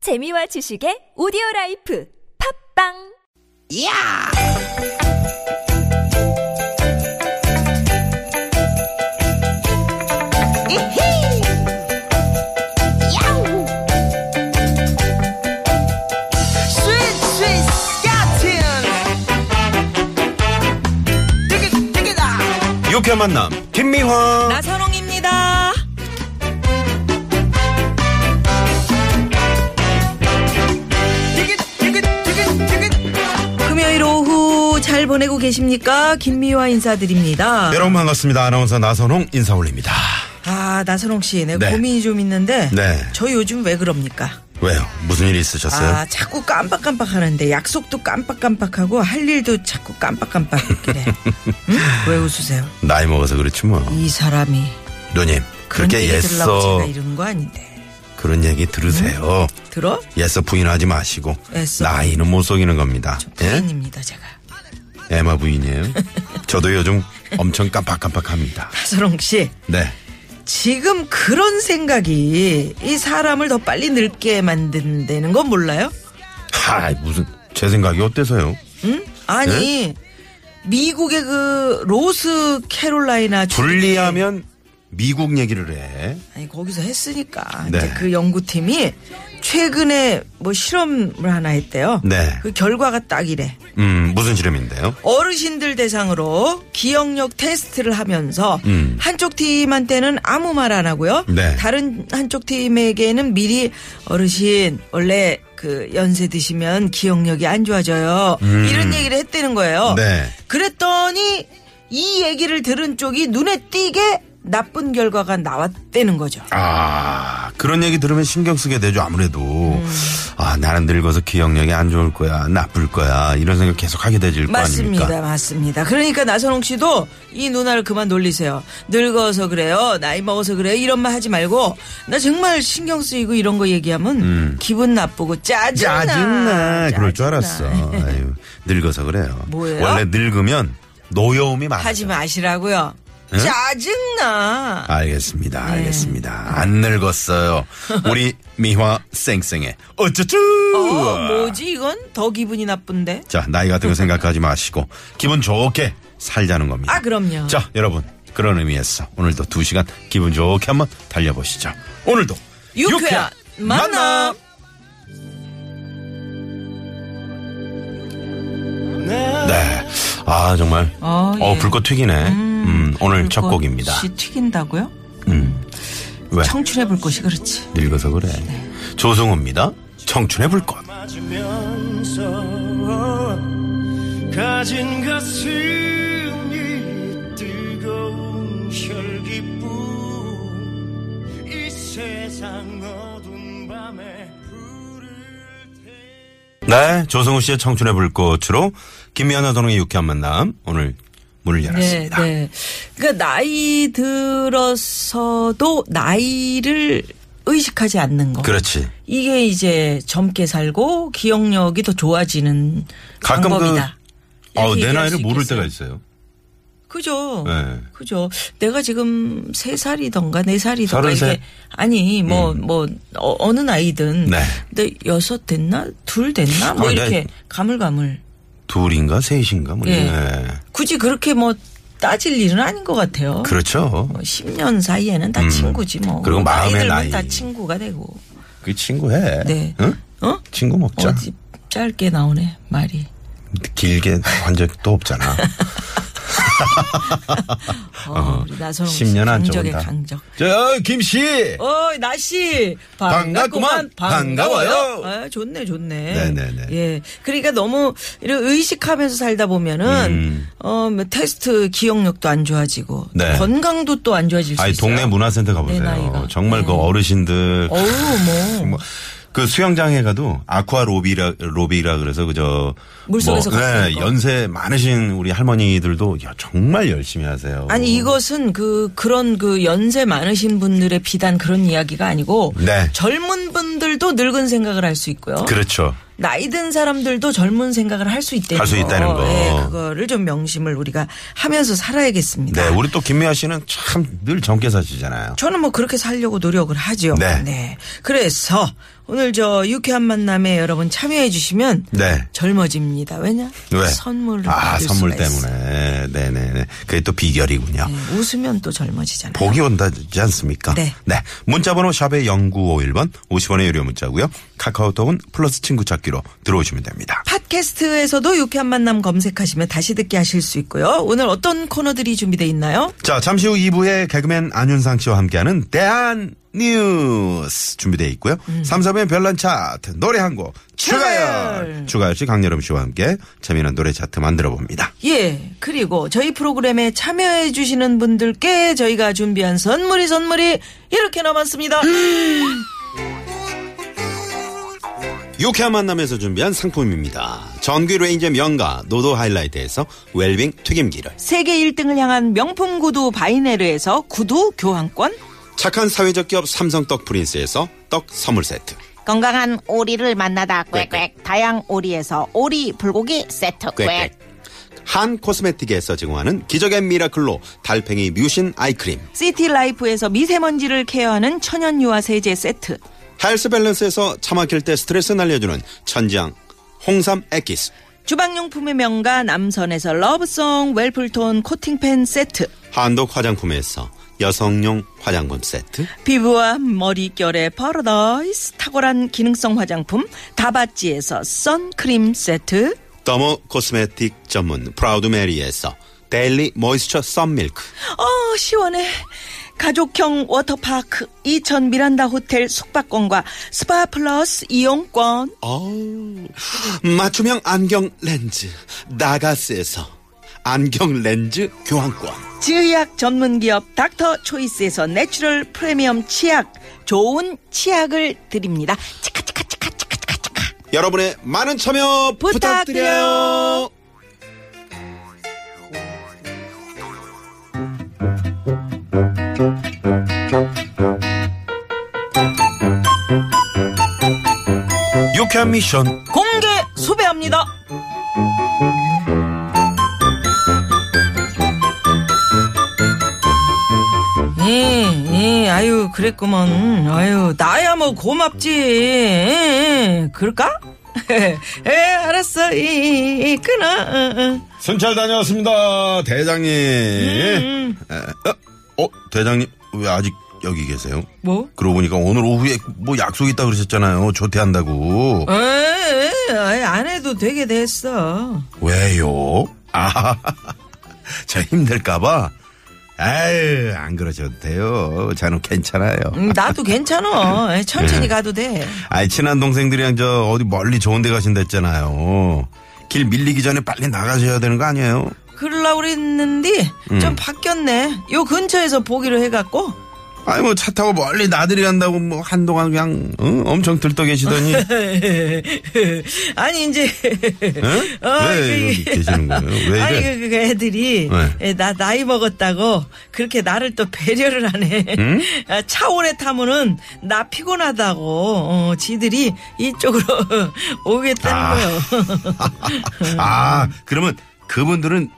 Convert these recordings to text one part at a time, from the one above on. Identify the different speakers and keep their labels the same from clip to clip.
Speaker 1: 재미와 지식의 오디오 라이프 팝빵
Speaker 2: 야! 이히! 야우! 스윗 스윗 야틴! 뜨기 뜨기다!
Speaker 3: 유쾌한 만남 김미화
Speaker 2: 나선홍입니다. 뜨기 뜨기 뜨기 뜨기
Speaker 4: 금요일 오후 잘 보내고 계십니까? 김미화 인사드립니다.
Speaker 3: 여러분 반갑습니다 아나운서 나선홍 인사 올립니다
Speaker 4: 아, 나선홍 씨, 내
Speaker 3: 네.
Speaker 4: 고민이 좀 있는데,
Speaker 3: 네.
Speaker 4: 저 요즘 왜 그럽니까?
Speaker 3: 왜요 무슨 일이 있으셨어요
Speaker 4: 아, 자꾸 깜빡깜빡 하는데, 약속도 깜빡깜빡하고, 할 일도 자꾸 깜빡깜빡이래. 응? 왜 웃으세요?
Speaker 3: 나이 먹어서 그렇지 뭐
Speaker 4: 이 사람이.
Speaker 3: 누님
Speaker 4: 그런
Speaker 3: 그렇게
Speaker 4: 얘기 들으려고
Speaker 3: 예서
Speaker 4: 제가 이런 거 아닌데.
Speaker 3: 그런 얘기 들으세요
Speaker 4: 들어?
Speaker 3: 예서 부인하지 마시고
Speaker 4: 애써.
Speaker 3: 나이는 못 속이는 겁니다 예?
Speaker 4: 부인입니다, 제가.
Speaker 3: 에마 부인이에요 저도 요즘 엄청 깜빡깜빡합니다
Speaker 4: 나선홍 씨,
Speaker 3: 네
Speaker 4: 지금 그런 생각이 이 사람을 더 빨리 늙게 만든다는 건 몰라요?
Speaker 3: 하, 무슨 제 생각이 어때서요
Speaker 4: 응? 아니
Speaker 3: 네?
Speaker 4: 미국의 그 로스 캐롤라이나 주-
Speaker 3: 분리하면 미국 얘기를 해
Speaker 4: 아니 거기서 했으니까
Speaker 3: 네.
Speaker 4: 이제 그 연구팀이 최근에 뭐 실험을 하나 했대요.
Speaker 3: 네.
Speaker 4: 그 결과가 딱 이래.
Speaker 3: 음, 무슨 실험인데요
Speaker 4: 어르신들 대상으로 기억력 테스트를 하면서
Speaker 3: 음.
Speaker 4: 한쪽 팀한테는 아무 말 안 하고요.
Speaker 3: 네.
Speaker 4: 다른 한쪽 팀에게는 미리 어르신 원래 그 연세 드시면 기억력이 안 좋아져요. 이런 얘기를 했다는 거예요.
Speaker 3: 음. 네.
Speaker 4: 그랬더니 이 얘기를 들은 쪽이 눈에 띄게 나쁜 결과가 나왔다는 거죠.
Speaker 3: 아, 그런 얘기 들으면 신경 쓰게 되죠, 아무래도. 아, 나는 늙어서 기억력이 안 좋을 거야, 나쁠 거야, 이런 생각 계속 하게 되질 거
Speaker 4: 맞습니다,
Speaker 3: 아닙니까?
Speaker 4: 맞습니다. 그러니까 나선홍 씨도 이 누나를 그만 놀리세요. 늙어서 그래요, 나이 먹어서 그래요, 이런 말 하지 말고 나 정말 신경 쓰이고 이런 거 얘기하면 기분 나쁘고 짜증나.
Speaker 3: 음. 짜증나. 그럴 줄
Speaker 4: 짜증나.
Speaker 3: 알았어. 아유, 늙어서 그래요.
Speaker 4: 뭐예요?
Speaker 3: 원래 늙으면 노여움이 많아요.
Speaker 4: 하지 마시라고요. 짜증나. 네.
Speaker 3: 알겠습니다, 알겠습니다. 안 늙었어요. 우리 미화 쌩쌩해. 어쩌쭈!
Speaker 4: 어, 뭐지 이건 더 기분이 나쁜데.
Speaker 3: 자, 나이 같은 거 생각하지 마시고, 기분 좋게 살자는 겁니다.
Speaker 4: 아 그럼요.
Speaker 3: 자, 여러분. 그런 의미에서 오늘도 두 시간 기분 좋게 한번 달려보시죠. 오늘도
Speaker 4: 유쾌한 만남.
Speaker 3: 네. 아, 정말.
Speaker 4: 어,
Speaker 3: 어,
Speaker 4: 예.
Speaker 3: 불꽃 튀기네. 음, 오늘 첫 곡입니다.
Speaker 4: 씨 튀긴다고요?
Speaker 3: 음. 왜?
Speaker 4: 청춘의 네. 불꽃이 그렇지.
Speaker 3: 늙어서 그래. 조승우입니다. 청춘의 불꽃.
Speaker 5: 맞으면서 가진 가슴이 뜨거운 혈기뿐 이 세상 어두운 밤에 불을 태
Speaker 3: 네. 조승우 씨의 청춘의 불꽃으로 김미아나 선홍의 유쾌한 만남. 오늘 문을 열었습니다.
Speaker 4: 네. 그러니까 나이 들어서도 나이를 의식하지 않는 거.
Speaker 3: 그렇지.
Speaker 4: 이게 이제 젊게 살고 기억력이 더 좋아지는
Speaker 3: 가끔
Speaker 4: 방법이다.
Speaker 3: 그, 어,
Speaker 4: 이렇게
Speaker 3: 내
Speaker 4: 얘기할
Speaker 3: 나이를
Speaker 4: 수
Speaker 3: 모를
Speaker 4: 있겠어요.
Speaker 3: 때가 있어요.
Speaker 4: 그죠.
Speaker 3: 네.
Speaker 4: 그죠. 내가 지금 세살이던가네살이던가
Speaker 3: 서른세? 음.
Speaker 4: 이렇게 아니 뭐 뭐 어, 느 나이든
Speaker 3: 네.
Speaker 4: 근데 여섯 됐나? 둘 됐나? 뭐
Speaker 3: 어, 네.
Speaker 4: 이렇게 가물가물.
Speaker 3: 둘인가 셋인가 뭐. 예.
Speaker 4: 예. 굳이 그렇게 뭐 따질 일은 아닌 것 같아요.
Speaker 3: 그렇죠.
Speaker 4: 뭐 10년 사이에는 다
Speaker 3: 음.
Speaker 4: 친구지 뭐.
Speaker 3: 그리고 마음의
Speaker 4: 나이 들면
Speaker 3: 나이.
Speaker 4: 다 친구가 되고.
Speaker 3: 그 친구해.
Speaker 4: 네.
Speaker 3: 응?
Speaker 4: 어?
Speaker 3: 친구 먹자.
Speaker 4: 어디 짧게 나오네 말이.
Speaker 3: 길게 한 적이 또 없잖아.
Speaker 4: 어, 우리 나선홍 씨
Speaker 3: 10년 안
Speaker 4: 강적의
Speaker 3: 좁은다.
Speaker 4: 강적.
Speaker 3: 저 어, 김씨.
Speaker 4: 예. 어, 나씨
Speaker 3: 반갑구만.
Speaker 4: 반갑구만 반가워요.
Speaker 3: 반가워요.
Speaker 4: 아, 좋네, 좋네.
Speaker 3: 네네네.
Speaker 4: 예, 그러니까 너무 이런 의식하면서 살다 보면은
Speaker 3: 음.
Speaker 4: 어뭐 테스트 기억력도 안 좋아지고
Speaker 3: 네.
Speaker 4: 건강도 또 안 좋아질 수
Speaker 3: 아니
Speaker 4: 있어요.
Speaker 3: 동네 문화센터
Speaker 4: 내 나이가.
Speaker 3: 가보세요. 정말
Speaker 4: 네.
Speaker 3: 그 어르신들.
Speaker 4: 어우, 뭐.
Speaker 3: 뭐, 그 수영장에 가도 아쿠아 로비라 로비라 그래서 그저
Speaker 4: 물속에서
Speaker 3: 뭐,
Speaker 4: 가시는
Speaker 3: 네,
Speaker 4: 거.
Speaker 3: 연세 많으신 우리 할머니들도 야, 정말 열심히 하세요.
Speaker 4: 아니 이것은 그 그런 그 연세 많으신 분들의 비단 그런 이야기가 아니고
Speaker 3: 네.
Speaker 4: 젊은 분들도 늙은 생각을 할 수 있고요.
Speaker 3: 그렇죠.
Speaker 4: 나이 든 사람들도 젊은 생각을 할 수 있다는
Speaker 3: 할수 있다는 거.
Speaker 4: 예, 그거를 좀 명심을 우리가 하면서 살아야겠습니다.
Speaker 3: 네, 우리 또 김미아 씨는 참 늘 젊게 사시잖아요.
Speaker 4: 저는 뭐 그렇게 살려고 노력을 하죠.
Speaker 3: 네.
Speaker 4: 그래서 오늘 저 유쾌한 만남에 여러분 참여해 주시면
Speaker 3: 네.
Speaker 4: 젊어집니다. 왜냐?
Speaker 3: 왜?
Speaker 4: 선물을
Speaker 3: 아,
Speaker 4: 받을
Speaker 3: 선물
Speaker 4: 수가 있어.
Speaker 3: 때문에. 네네네. 그게 또 비결이군요.
Speaker 4: 네, 웃으면 또 젊어지잖아요.
Speaker 3: 복이 온다지 않습니까?
Speaker 4: 네.
Speaker 3: 문자번호 샵의 0951번 50원의 유료 문자고요. 카카오톡은 플러스 친구 찾기로 들어오시면 됩니다.
Speaker 4: 팟캐스트에서도 유쾌한 만남 검색하시면 다시 듣게 하실 수 있고요. 오늘 어떤 코너들이 준비돼 있나요?
Speaker 3: 자, 잠시 후 2부에 개그맨 안윤상 씨와 함께하는 대한 뉴스 준비되어 있고요. 삼 3, 4부의 별난 차트, 노래 한 곡, 추가열!
Speaker 4: 추가열!
Speaker 3: 추가열 씨, 강여름 씨와 함께 재미난 노래 차트 만들어 봅니다.
Speaker 4: 예. 그리고 저희 프로그램에 참여해 주시는 분들께 저희가 준비한 선물이 선물이 이렇게 남았습니다.
Speaker 3: 유쾌한 만남에서 준비한 상품입니다. 전기 레인저 명가, 노도 하이라이트에서 웰빙 튀김기를.
Speaker 4: 세계 1등을 향한 명품 구두 바이네르에서 구두 교환권,
Speaker 3: 착한 사회적 기업 삼성 떡 프린스에서 떡 선물 세트.
Speaker 6: 건강한 오리를 만나다 꽥꽥 다양 오리에서 오리 불고기 세트 꽥꽥
Speaker 3: 꽥꽥. 한 코스메틱에서 제공하는 기적의 미라클로 달팽이 뮤신 아이크림.
Speaker 4: 시티 라이프에서 미세먼지를 케어하는 천연 유화 세제 세트,
Speaker 3: 헬스 밸런스에서 차 막힐 때 스트레스 날려주는 천지향 홍삼 액기스.
Speaker 4: 주방용품의 명가 남선에서 러브송 웰플톤 코팅팬 세트,
Speaker 3: 한독 화장품에서 여성용 화장품 세트.
Speaker 4: 피부와 머릿결의 파라다이스 탁월한 기능성 화장품 다바찌에서 선크림 세트,
Speaker 3: 더모 코스메틱 전문 프라우드 메리에서 데일리 모이스처 썬밀크.
Speaker 4: 어 시원해 가족형 워터파크 이천 미란다 호텔 숙박권과 스파 플러스 이용권
Speaker 3: 어우, 맞춤형 안경 렌즈 나가스에서 안경 렌즈 교환권.
Speaker 4: 치의학 전문기업 닥터 초이스에서 내추럴 프리미엄 치약 좋은 치약을 드립니다. 치카치카치카치카치카
Speaker 3: 여러분의 많은 참여 부탁드려요.
Speaker 4: 부탁드려요.
Speaker 3: 유쾌한 미션.
Speaker 4: 공개 수배합니다. 예, 예, 아유, 그랬구먼. 아유, 나야 뭐 고맙지. 예, 예, 그럴까? 예, 알았어. 예, 예, 예, 끊어. 응, 응.
Speaker 3: 순찰 다녀왔습니다, 대장님. 음. 에, 어, 어, 대장님 왜 아직 여기 계세요?
Speaker 4: 뭐?
Speaker 3: 그러고 보니까 오늘 오후에 뭐 약속 있다 그러셨잖아요. 조퇴한다고.
Speaker 4: 에, 예, 아이, 안 해도 되게 됐어.
Speaker 3: 왜요? 아, 저 힘들까봐. 아유, 안 그러셔도 돼요. 저는 괜찮아요.
Speaker 4: 음, 나도 괜찮아. 에, 천천히 가도 돼.
Speaker 3: 아이, 친한 동생들이랑 저 어디 멀리 좋은 데 가신다 했잖아요. 길 밀리기 전에 빨리 나가셔야 되는 거 아니에요?
Speaker 4: 그러려고 그랬는데, 좀 바뀌었네. 요 근처에서 보기로 해갖고,
Speaker 3: 아이, 뭐 차 타고 멀리 나들이 간다고 뭐 한동안 그냥, 응? 엄청 들떠 계시더니.
Speaker 4: 아니 이제
Speaker 3: 응? 왜 여기 계시는 거예요? 왜 이래?
Speaker 4: 아니 그, 그 애들이
Speaker 3: 네.
Speaker 4: 에, 나 나이 먹었다고 그렇게 나를 또 배려를 하네. 아, 차 오래 타면은 나 피곤하다고 어, 지들이 이쪽으로 오겠다는
Speaker 3: 아.
Speaker 4: 거예요.
Speaker 3: 아, 그러면 그분들은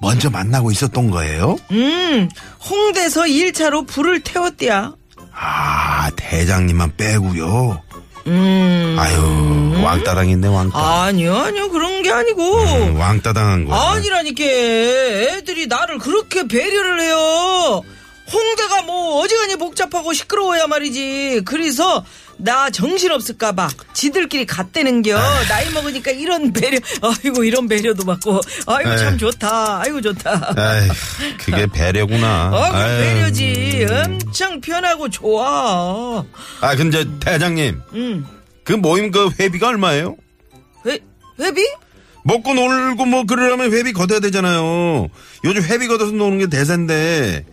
Speaker 3: 먼저 만나고 있었던 거예요?
Speaker 4: 음 홍대에서 1차로 불을 태웠대야.
Speaker 3: 아, 대장님만 빼고요.
Speaker 4: 음
Speaker 3: 아유, 왕따당했네, 왕따.
Speaker 4: 아니요 아니요 그런 게 아니고.
Speaker 3: 음, 왕따당한 거야.
Speaker 4: 아니라니까 애들이 나를 그렇게 배려를 해요 홍대가 뭐 어지간히 복잡하고 시끄러워야 말이지 그래서 나 정신없을까봐 지들끼리 갔대는겨
Speaker 3: 아.
Speaker 4: 나이 먹으니까 이런 배려 아이고 이런 배려도 받고 아이고
Speaker 3: 에이.
Speaker 4: 참 좋다 아이고 좋다
Speaker 3: 에이, 그게 배려구나.
Speaker 4: 어, 그
Speaker 3: 아유.
Speaker 4: 배려지. 엄청 편하고 좋아.
Speaker 3: 아, 근데 대장님,
Speaker 4: 음.
Speaker 3: 그 모임 그 회비가 얼마예요?
Speaker 4: 회, 회비?
Speaker 3: 먹고 놀고 뭐 그러려면 회비 걷어야 되잖아요. 요즘 회비 걷어서 노는 게 대세인데,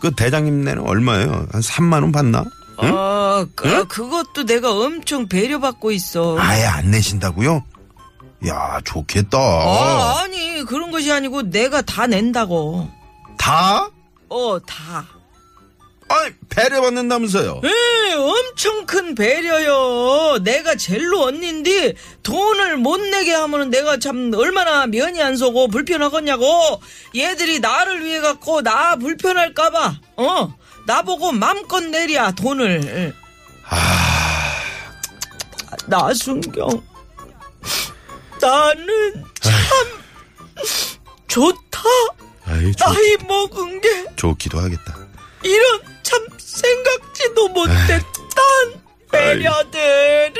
Speaker 3: 그 대장님네는 얼마예요? 한 3만원 받나? 응?
Speaker 4: 아, 그, 그것도 내가 엄청 배려받고 있어.
Speaker 3: 아예 안 내신다고요? 야, 좋겠다.
Speaker 4: 아, 아니 그런 것이 아니고 내가 다 낸다고.
Speaker 3: 다?
Speaker 4: 어 다.
Speaker 3: 아이, 배려받는다면서요.
Speaker 4: 에 엄청 큰 배려요. 내가 젤로 언니인데 돈을 못 내게 하면은 내가 참 얼마나 면이 안 서고 불편하겠냐고. 얘들이 나를 위해 갖고 나 불편할까봐.
Speaker 3: 아,
Speaker 4: 어 나보고 맘껏 내랴 돈을. 나순경 나는 참 좋다
Speaker 3: 아이, 좋,
Speaker 4: 나이 먹은 게
Speaker 3: 좋기도 하겠다.
Speaker 4: 이런 참 생각지도 못했던 배려들을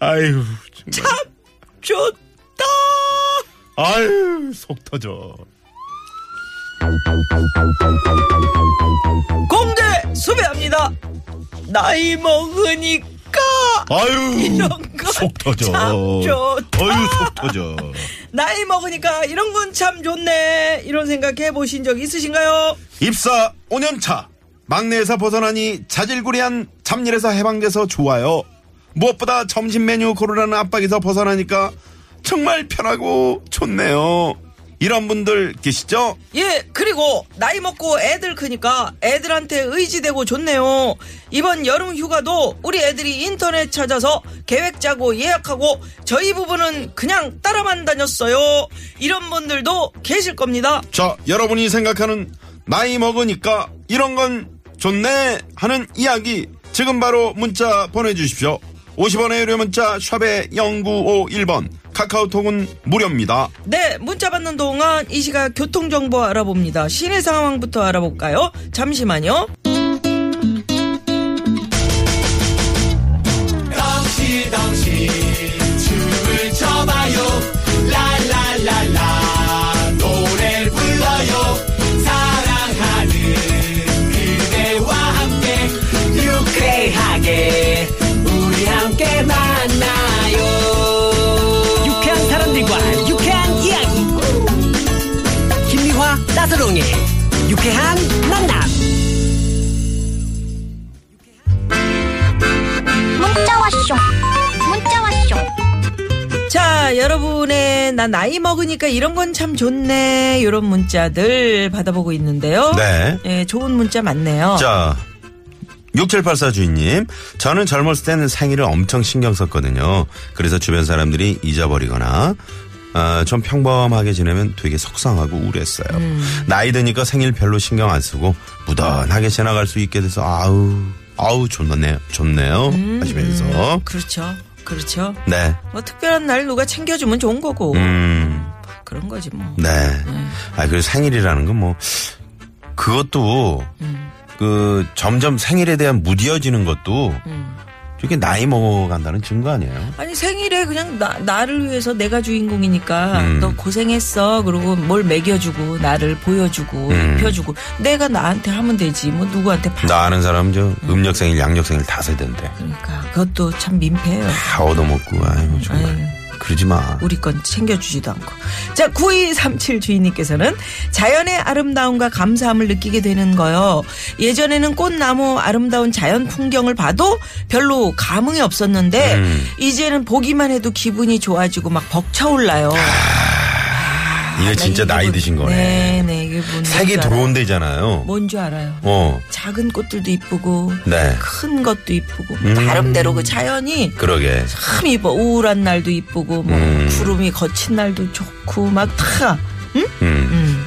Speaker 3: 아유, 정말.
Speaker 4: 참 좋다
Speaker 3: 아유, 속 터져.
Speaker 4: 공개 수배합니다 나이 먹으니까
Speaker 3: 아유,
Speaker 4: 이런 거
Speaker 3: 속 터져.
Speaker 4: 참 좋다.
Speaker 3: 아유, 속 터져.
Speaker 4: 나이 먹으니까 이런 건 참 좋네 이런 생각 해보신 적 있으신가요?
Speaker 3: 입사 5년 차. 막내에서 벗어나니 자질구레한 잡일에서 해방돼서 좋아요. 무엇보다 점심 메뉴 고르라는 압박에서 벗어나니까 정말 편하고 좋네요. 이런 분들 계시죠?
Speaker 4: 예, 그리고 나이 먹고 애들 크니까 애들한테 의지되고 좋네요. 이번 여름 휴가도 우리 애들이 인터넷 찾아서 계획 짜고 예약하고 저희 부부는 그냥 따라만 다녔어요. 이런 분들도 계실 겁니다.
Speaker 3: 자, 여러분이 생각하는 나이 먹으니까 이런 건 좋네 하는 이야기 지금 바로 문자 보내주십시오. 50원의 유료 문자 샵에 0951번 카카오톡은 무료입니다.
Speaker 4: 네, 문자 받는 동안 이 시각 교통정보 알아봅니다. 시내 상황부터 알아볼까요? 잠시만요.
Speaker 7: 유쾌하게 우리 함께 만나요 유쾌한 사람들과 유쾌한 이야기 김미화 나서롱의 유쾌한 만남
Speaker 8: 문자 왔쇼 문자 왔쇼
Speaker 4: 자, 여러분의 나 나이 먹으니까 이런 건 참 좋네. 이런 문자들 받아보고 있는데요.
Speaker 3: 네.
Speaker 4: 예, 좋은 문자 많네요.
Speaker 3: 자, 6784 주인님. 저는 젊었을 때는 생일을 엄청 신경 썼거든요. 그래서 주변 사람들이 잊어버리거나, 아, 좀 평범하게 지내면 되게 속상하고 우울했어요. 나이 드니까 생일 별로 신경 안 쓰고, 무던하게 지나갈 수 있게 돼서, 아우, 아우, 좋네요. 좋네요. 하시면서.
Speaker 4: 그렇죠. 그렇죠.
Speaker 3: 네.
Speaker 4: 뭐 특별한 날 누가 챙겨주면 좋은 거고.
Speaker 3: 음,
Speaker 4: 그런 거지 뭐.
Speaker 3: 네. 아, 그리고 생일이라는 건 뭐, 그것도,
Speaker 4: 음.
Speaker 3: 그, 점점 생일에 대한 무디어지는 것도,
Speaker 4: 음.
Speaker 3: 이게 나이 먹어간다는 증거 아니에요?
Speaker 4: 아니 생일에 그냥 나, 나를 위해서 내가 주인공이니까
Speaker 3: 음.
Speaker 4: 너 고생했어 그리고 뭘 먹여주고 나를 보여주고
Speaker 3: 음.
Speaker 4: 입혀주고 내가 나한테 하면 되지 뭐 누구한테 파
Speaker 3: 나 아는 사람 저 음력 생일, 양력 생일 다 세던데.
Speaker 4: 그러니까 그것도 참 민폐예요
Speaker 3: 다 얻어먹고, 아이고, 정말. 그러지 마.
Speaker 4: 음. 우리 건 챙겨주지도 않고. 자, 9237 주인님께서는 자연의 아름다움과 감사함을 느끼게 되는 거요. 예전에는 꽃나무 아름다운 자연 풍경을 봐도 별로 감흥이 없었는데,
Speaker 3: 음.
Speaker 4: 이제는 보기만 해도 기분이 좋아지고 막 벅차올라요.
Speaker 3: 아,
Speaker 4: 아,
Speaker 3: 이게 진짜 나이 드신 거네.
Speaker 4: 네, 네, 이게 뭔지.
Speaker 3: 색이
Speaker 4: 알아요. 뭐
Speaker 3: 들어온 데잖아요.
Speaker 4: 뭔줄 알아요.
Speaker 3: 어,
Speaker 4: 작은 꽃들도 이쁘고,
Speaker 3: 네. 음.
Speaker 4: 큰 것도 이쁘고, 나름대로 그 자연이
Speaker 3: 그러게.
Speaker 4: 참 이뻐 우울한 날도 이쁘고 뭐
Speaker 3: 음.
Speaker 4: 구름이 거친 날도 좋고 막다
Speaker 3: 음,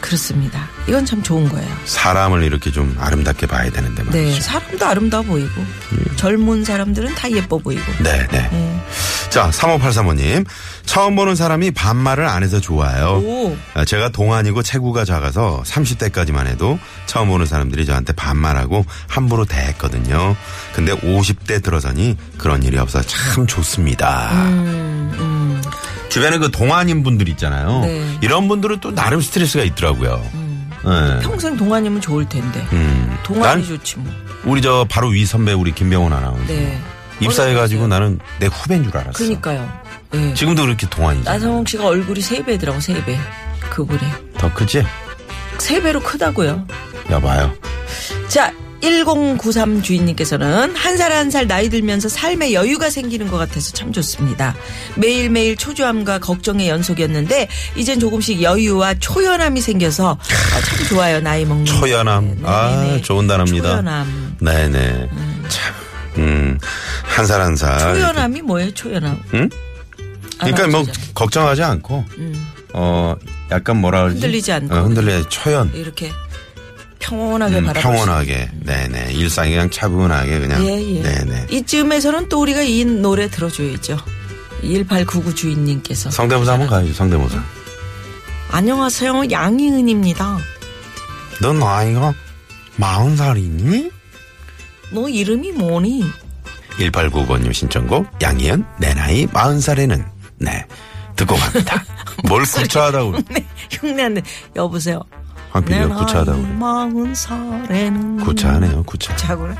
Speaker 4: 그렇습니다. 이건 참 좋은 거예요.
Speaker 3: 사람을 이렇게 좀 아름답게 봐야 되는데
Speaker 4: 네
Speaker 3: 말이죠.
Speaker 4: 사람도 아름다워 보이고
Speaker 3: 음.
Speaker 4: 젊은 사람들은 다 예뻐 보이고
Speaker 3: 네, 네. 자, 3583호님. 처음 보는 사람이 반말을 안 해서 좋아요.
Speaker 4: 오
Speaker 3: 아, 제가 동안이고 체구가 작아서 30대까지만 해도 처음 오는 사람들이 저한테 반말하고 함부로 대했거든요. 근데 50대 들어서니 그런 일이 없어 참 좋습니다. 주변에 그 동안인 분들 있잖아요.
Speaker 4: 음, 네.
Speaker 3: 이런 분들은 또 나름 스트레스가 있더라고요. 예.
Speaker 4: 평생 동안이면 좋을 텐데
Speaker 3: 음.
Speaker 4: 동안이
Speaker 3: 난
Speaker 4: 좋지 뭐.
Speaker 3: 우리 저 바로 위 선배 우리 김병훈 아나운서
Speaker 4: 네
Speaker 3: 입사해가지고 나는 내 후배인 줄 알았어.
Speaker 4: 그러니까요. 예.
Speaker 3: 지금도 그렇게 동안이잖아.
Speaker 4: 나성홍 씨가 얼굴이 세 배더라고 세 배. 그분이
Speaker 3: 더 크지?
Speaker 4: 세 배로 크다고요.
Speaker 3: 여봐요.
Speaker 4: 음. 자, 1093 주인님께서는 한 살 한 살 나이 들면서 삶의 여유가 생기는 것 같아서 참 좋습니다. 매일매일 초조함과 걱정의 연속이었는데 이젠 조금씩 여유와 초연함이 생겨서 아, 참 좋아요. 나이 먹는
Speaker 3: 초연함.
Speaker 4: 네, 네,
Speaker 3: 아,
Speaker 4: 네.
Speaker 3: 좋은 단어입니다.
Speaker 4: 초연함.
Speaker 3: 네네. 참, 음, 한 살 한 살.
Speaker 4: 초연함이 뭐예요? 초연함.
Speaker 3: 아, 응? 그러니까 뭐,
Speaker 4: 알아주자.
Speaker 3: 걱정하지 않고, 어, 약간 뭐라 그러지?
Speaker 4: 음. 흔들리지 않고.
Speaker 3: 어, 흔들리지, 초연.
Speaker 4: 이렇게 평온하게
Speaker 3: 음,
Speaker 4: 바라볼 수
Speaker 3: 평온하게. 네네. 일상이 그냥 차분하게 그냥.
Speaker 4: 예, 예.
Speaker 3: 네네.
Speaker 4: 이쯤에서는 또 우리가 이 노래 들어줘야죠. 1899 주인님께서.
Speaker 3: 성대모사 한번 가야죠, 성대모사.
Speaker 4: 안녕하세요. 양희은입니다.
Speaker 3: 넌 나이가 마흔 살이니?
Speaker 4: 너 이름이 뭐니?
Speaker 3: 1899번님 신청곡 양희은 내 나이 마흔 살에는 네 듣고 갑니다. 뭘 구차하다고 그래.
Speaker 4: 네, 흉내는 여보세요.
Speaker 3: 한
Speaker 4: 내
Speaker 3: 비디오
Speaker 4: 나이
Speaker 3: 구차하다고 그래.
Speaker 4: 마흔 살에는
Speaker 3: 구차하네요 구차.
Speaker 4: 자고래.